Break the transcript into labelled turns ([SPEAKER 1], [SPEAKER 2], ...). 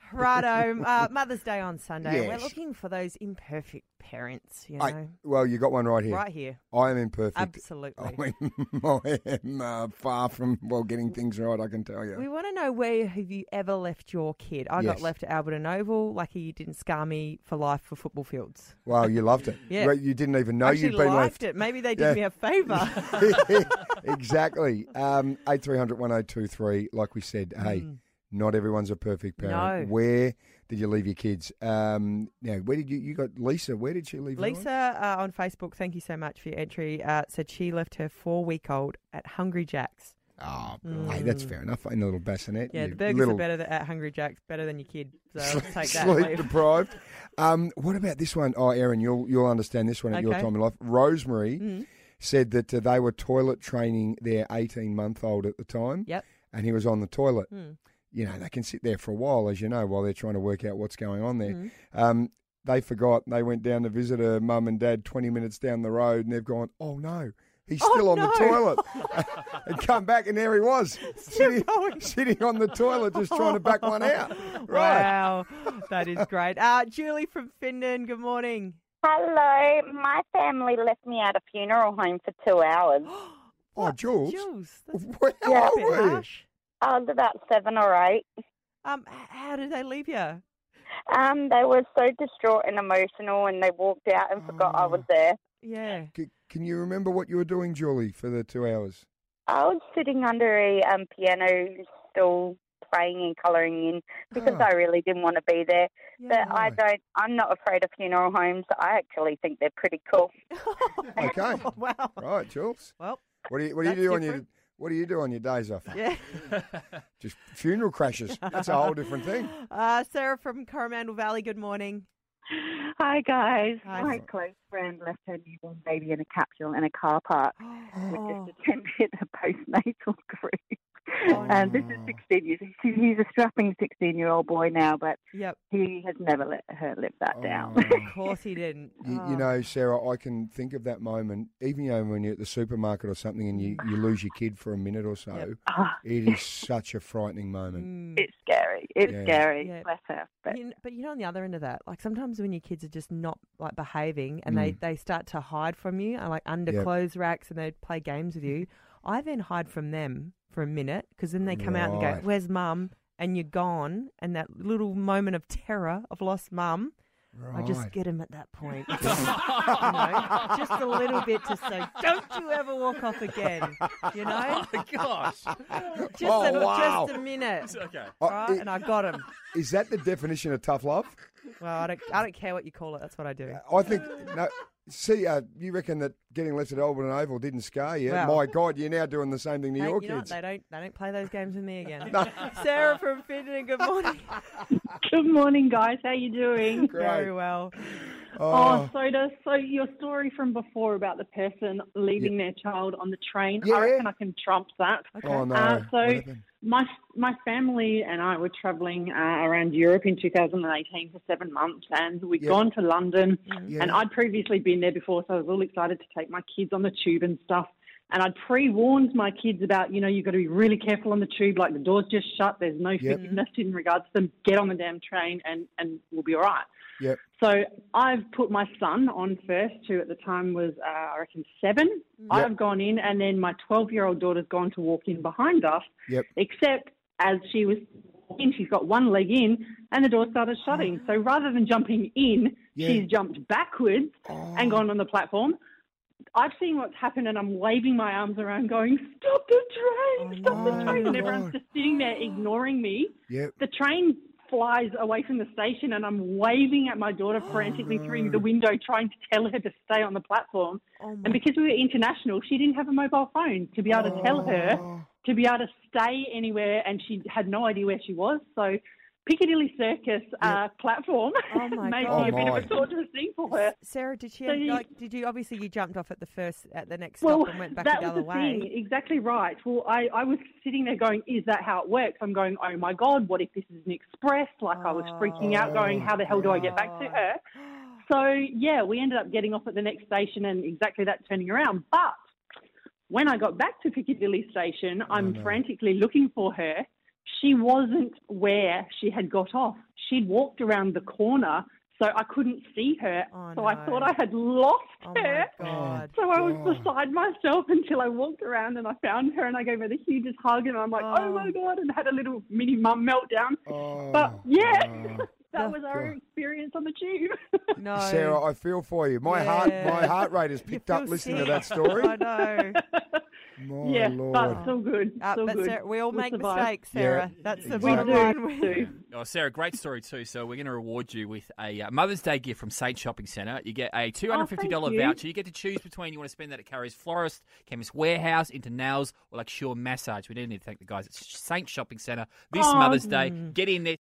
[SPEAKER 1] Righto, uh, Mother's Day on Sunday. and
[SPEAKER 2] Yes.
[SPEAKER 1] We're looking for those imperfect parents, you know,
[SPEAKER 2] I, oh, well, you got one right here.
[SPEAKER 1] right here.
[SPEAKER 2] I am imperfect.
[SPEAKER 1] Absolutely.
[SPEAKER 2] I am, I am uh, far from well getting things right. I can tell you.
[SPEAKER 1] We want to know where have you ever left your kid? I got
[SPEAKER 2] Yes.
[SPEAKER 1] left at Alberton Oval. Lucky you didn't scar me for life for football fields.
[SPEAKER 2] Well, you loved it.
[SPEAKER 1] Yeah.
[SPEAKER 2] Well, you didn't even know
[SPEAKER 1] Actually
[SPEAKER 2] you'd been
[SPEAKER 1] liked
[SPEAKER 2] left.
[SPEAKER 1] it. Maybe they did
[SPEAKER 2] Yeah.
[SPEAKER 1] me a favour.
[SPEAKER 2] exactly. Um, 8300 1023, like we said, hey, not everyone's a perfect parent.
[SPEAKER 1] Mm. No.
[SPEAKER 2] Where did you leave your kids? Um, now, where did you, you got Lisa, where did she leave her
[SPEAKER 1] Lisa
[SPEAKER 2] one?
[SPEAKER 1] uh, on Facebook, thank you so much for your entry. Uh, said she left her four week old at Hungry Jack's.
[SPEAKER 2] Oh, hey, that's fair enough. In a little bassinet.
[SPEAKER 1] Mm. Yeah,
[SPEAKER 2] you
[SPEAKER 1] the burgers
[SPEAKER 2] little
[SPEAKER 1] are better than, at Hungry Jack's, better than your kid. So I'll take that.
[SPEAKER 2] Sleep
[SPEAKER 1] leave.
[SPEAKER 2] deprived. Um, what about this one? Oh, Aaron, you'll you'll understand this one at your
[SPEAKER 1] Okay.
[SPEAKER 2] time in life. Rosemary
[SPEAKER 1] Mm.
[SPEAKER 2] said that uh, they were toilet training their 18 month old at the time.
[SPEAKER 1] Yep. Hmm.
[SPEAKER 2] and he was on the toilet. You know, they can sit there for a while, as you know, while they're trying to work out what's going on there.
[SPEAKER 1] Mm-hmm.
[SPEAKER 2] Um, they forgot. They went down to visit her mum and dad 20 minutes down the road, and they've gone, oh no. He's
[SPEAKER 1] Oh,
[SPEAKER 2] still on the
[SPEAKER 1] no.
[SPEAKER 2] toilet. and come back, and there he was, sitting,
[SPEAKER 1] going.
[SPEAKER 2] sitting on the toilet, just trying to back one out. Right.
[SPEAKER 1] Wow, that is great. Uh, Julie from Findon, good morning.
[SPEAKER 3] Hello, my family left me at a funeral home for two hours.
[SPEAKER 2] Oh, Jules.
[SPEAKER 1] Jules, that's
[SPEAKER 2] Where
[SPEAKER 1] a
[SPEAKER 2] are
[SPEAKER 1] bit
[SPEAKER 2] we?
[SPEAKER 1] harsh.
[SPEAKER 3] I was about seven or eight.
[SPEAKER 1] Um, h- how did they leave you?
[SPEAKER 3] Um, they were so distraught and emotional, and they walked out and forgot I was there.
[SPEAKER 1] Yeah.
[SPEAKER 2] C- Can you remember what you were doing, Julie, for the two hours?
[SPEAKER 3] I was sitting under a um, piano stool playing and colouring in because
[SPEAKER 2] Ah.
[SPEAKER 3] I really didn't want to be there.
[SPEAKER 1] yeah.
[SPEAKER 3] But I
[SPEAKER 2] Right.
[SPEAKER 3] don't. I'm not afraid of funeral homes. I actually think they're pretty cool.
[SPEAKER 2] Okay.
[SPEAKER 1] Oh, wow.
[SPEAKER 2] right, Jules.
[SPEAKER 1] Well,
[SPEAKER 2] What do you What do you
[SPEAKER 1] That's
[SPEAKER 2] do on your
[SPEAKER 1] different.
[SPEAKER 2] What do you do on your days off?
[SPEAKER 1] yeah.
[SPEAKER 2] Just funeral crashes. That's a whole different thing.
[SPEAKER 1] Uh, Sarah from Coromandel Valley, good morning.
[SPEAKER 4] Hi guys.
[SPEAKER 1] Hi.
[SPEAKER 4] My close friend left her newborn baby in a capsule in a car park. We
[SPEAKER 1] Oh,
[SPEAKER 4] just attended a postnatal group.
[SPEAKER 1] Oh,
[SPEAKER 4] and this is 16 years. He's, he's a strapping 16 year old boy now, but
[SPEAKER 1] yep.
[SPEAKER 4] he has never let her live that down.
[SPEAKER 2] Oh.
[SPEAKER 1] Of course he didn't.
[SPEAKER 2] You,
[SPEAKER 1] Oh.
[SPEAKER 2] you know, Sarah, I can think of that moment, even you know, when you're at the supermarket or something and you, you lose your kid for a minute or so.
[SPEAKER 1] Yep.
[SPEAKER 4] Ah,
[SPEAKER 2] It is such a frightening moment.
[SPEAKER 1] Mm.
[SPEAKER 4] it's scary. It's
[SPEAKER 2] Yeah.
[SPEAKER 4] scary.
[SPEAKER 1] Yeah.
[SPEAKER 4] Bless her. But
[SPEAKER 1] You kn- but you know, on the other end of that, like sometimes when your kids are just not like behaving and they, they start to hide from you, and like under
[SPEAKER 2] Mm. Yep.
[SPEAKER 1] clothes racks, and they play games with you, I then hide from them for a minute because then they come out and go,
[SPEAKER 2] Right.
[SPEAKER 1] "Where's mum?" and you're gone, and that little moment of terror of lost mum, Mm. I just
[SPEAKER 2] Right.
[SPEAKER 1] get him at that point, you know, just a little bit to say, "Don't you ever walk off again," you know,
[SPEAKER 5] my Oh, gosh.
[SPEAKER 1] just
[SPEAKER 2] Oh,
[SPEAKER 1] a,
[SPEAKER 2] wow.
[SPEAKER 1] just a minute,
[SPEAKER 5] okay.
[SPEAKER 2] Oh,
[SPEAKER 1] right?
[SPEAKER 2] i-
[SPEAKER 1] and I got him.
[SPEAKER 2] is that the definition of tough love?
[SPEAKER 1] Well, I don't, I don't care what you call it. That's what I do.
[SPEAKER 2] I think no. See, uh, you reckon that getting left at Albion Oval didn't scar you?
[SPEAKER 1] Wow.
[SPEAKER 2] My God, you're now doing the same thing to
[SPEAKER 1] Hey,
[SPEAKER 2] your
[SPEAKER 1] you know what?
[SPEAKER 2] kids.
[SPEAKER 1] They don't. They don't play those games with me again. Sarah from Fidden. Good morning.
[SPEAKER 6] Good morning, guys. How you doing?
[SPEAKER 1] Very well.
[SPEAKER 6] Oh, so does so your story from before about the person leaving their child on the train.
[SPEAKER 2] Yeah.
[SPEAKER 6] I reckon I can trump that.
[SPEAKER 2] oh no!
[SPEAKER 6] Uh,
[SPEAKER 2] What
[SPEAKER 6] so
[SPEAKER 2] happened?
[SPEAKER 6] my my family and I were travelling uh, around Europe in 2018 for seven months, and we had
[SPEAKER 2] Yeah.
[SPEAKER 6] gone to London.
[SPEAKER 2] Yeah.
[SPEAKER 6] And I'd previously been there before, so I was all excited to take my kids on the tube and stuff. And I'd pre warned my kids about, you know, you've got to be really careful on the tube, like the door's just shut, there's no forgiveness in regards to them. Get on the damn train and, and we'll be all right.
[SPEAKER 2] Yep.
[SPEAKER 6] So I've put my son on first, who at the time was, uh, I reckon, seven.
[SPEAKER 2] Mm. Yep.
[SPEAKER 6] I've gone in, and then my 12 year old daughter's gone to walk in behind us,
[SPEAKER 2] Yep.
[SPEAKER 6] except as she was in, she's got one leg in, and the door started shutting. So rather than jumping in,
[SPEAKER 2] Yeah. Oh.
[SPEAKER 6] she's jumped backwards and gone on the platform. I've seen what's happened, and I'm waving my arms around, going, Stop the train! Stop
[SPEAKER 2] Oh, no.
[SPEAKER 6] the train! And everyone's
[SPEAKER 2] God.
[SPEAKER 6] just sitting there ignoring me
[SPEAKER 2] Yep.
[SPEAKER 6] the train flies away from the station and I'm waving at my daughter frantically through the window trying to tell her to stay on the platform.
[SPEAKER 1] Oh my.
[SPEAKER 6] And because we were international, she didn't have a mobile phone to be able to tell
[SPEAKER 1] Oh.
[SPEAKER 6] her to be able to stay anywhere and she had no idea where she was. So Piccadilly Circus uh, platform
[SPEAKER 1] Oh my
[SPEAKER 6] may
[SPEAKER 1] God.
[SPEAKER 6] be a bit
[SPEAKER 2] Oh my.
[SPEAKER 6] of a torturous thing for her.
[SPEAKER 1] Sarah, did she?
[SPEAKER 6] So
[SPEAKER 1] end-
[SPEAKER 6] you-
[SPEAKER 1] like, did you? Obviously, you jumped off at the first, at the next
[SPEAKER 6] Well,
[SPEAKER 1] stop, and went back
[SPEAKER 6] that
[SPEAKER 1] the
[SPEAKER 6] was
[SPEAKER 1] other
[SPEAKER 6] the thing.
[SPEAKER 1] way.
[SPEAKER 6] Exactly right. Well, I, I was sitting there going, is that how it works? I'm going, oh my God, what if this is an express? Like I was freaking out going,
[SPEAKER 1] Oh,
[SPEAKER 6] how the hell do I get back to her? So, yeah, we ended up getting off at the next station and exactly that turning around. But when I got back to Piccadilly
[SPEAKER 1] Oh,
[SPEAKER 6] Station, I'm frantically looking for her. She wasn't where she had got off. she'd walked around the corner, so I couldn't see her.
[SPEAKER 1] Oh,
[SPEAKER 6] so
[SPEAKER 1] no.
[SPEAKER 6] I thought I had lost
[SPEAKER 1] Oh
[SPEAKER 6] her.
[SPEAKER 1] my god.
[SPEAKER 6] So I was
[SPEAKER 2] God.
[SPEAKER 6] beside myself until I walked around and I found her and I gave her the hugest hug and I'm like, oh,
[SPEAKER 1] Oh.
[SPEAKER 6] my god, and had a little mini mum meltdown.
[SPEAKER 2] Oh, Ah.
[SPEAKER 6] But yeah,
[SPEAKER 2] wow.
[SPEAKER 1] Oh,
[SPEAKER 6] that was our
[SPEAKER 2] God.
[SPEAKER 6] experience on the tube.
[SPEAKER 1] No.
[SPEAKER 2] Sarah, I feel for you. My heart,
[SPEAKER 1] Yeah.
[SPEAKER 2] my heart rate has
[SPEAKER 1] You
[SPEAKER 2] picked up
[SPEAKER 1] feel
[SPEAKER 2] listening
[SPEAKER 1] sick.
[SPEAKER 2] to that story.
[SPEAKER 1] I know.
[SPEAKER 2] My
[SPEAKER 6] yeah,
[SPEAKER 2] Oh, lord.
[SPEAKER 6] but it's all good.
[SPEAKER 1] Uh,
[SPEAKER 6] so
[SPEAKER 1] but
[SPEAKER 6] good.
[SPEAKER 1] Sarah, we all make
[SPEAKER 6] survive.
[SPEAKER 1] mistakes, Sarah. That's the
[SPEAKER 2] exactly.
[SPEAKER 1] bottom
[SPEAKER 2] We
[SPEAKER 1] line.
[SPEAKER 6] do,
[SPEAKER 1] We-
[SPEAKER 6] do.
[SPEAKER 5] Oh, Sarah, great story too. So we're going to reward you with a uh, Mother's Day gift from Saint Shopping Centre. You get a two hundred fifty
[SPEAKER 6] Oh,
[SPEAKER 5] dollar
[SPEAKER 6] thank you.
[SPEAKER 5] voucher. You get to choose between you want to spend that at Carrie's Florist, Chemist Warehouse, Into Nails, or like Sure Massage. We do need to thank the guys at Saint Shopping Centre this
[SPEAKER 6] Oh,
[SPEAKER 5] Mother's Day. Get in there.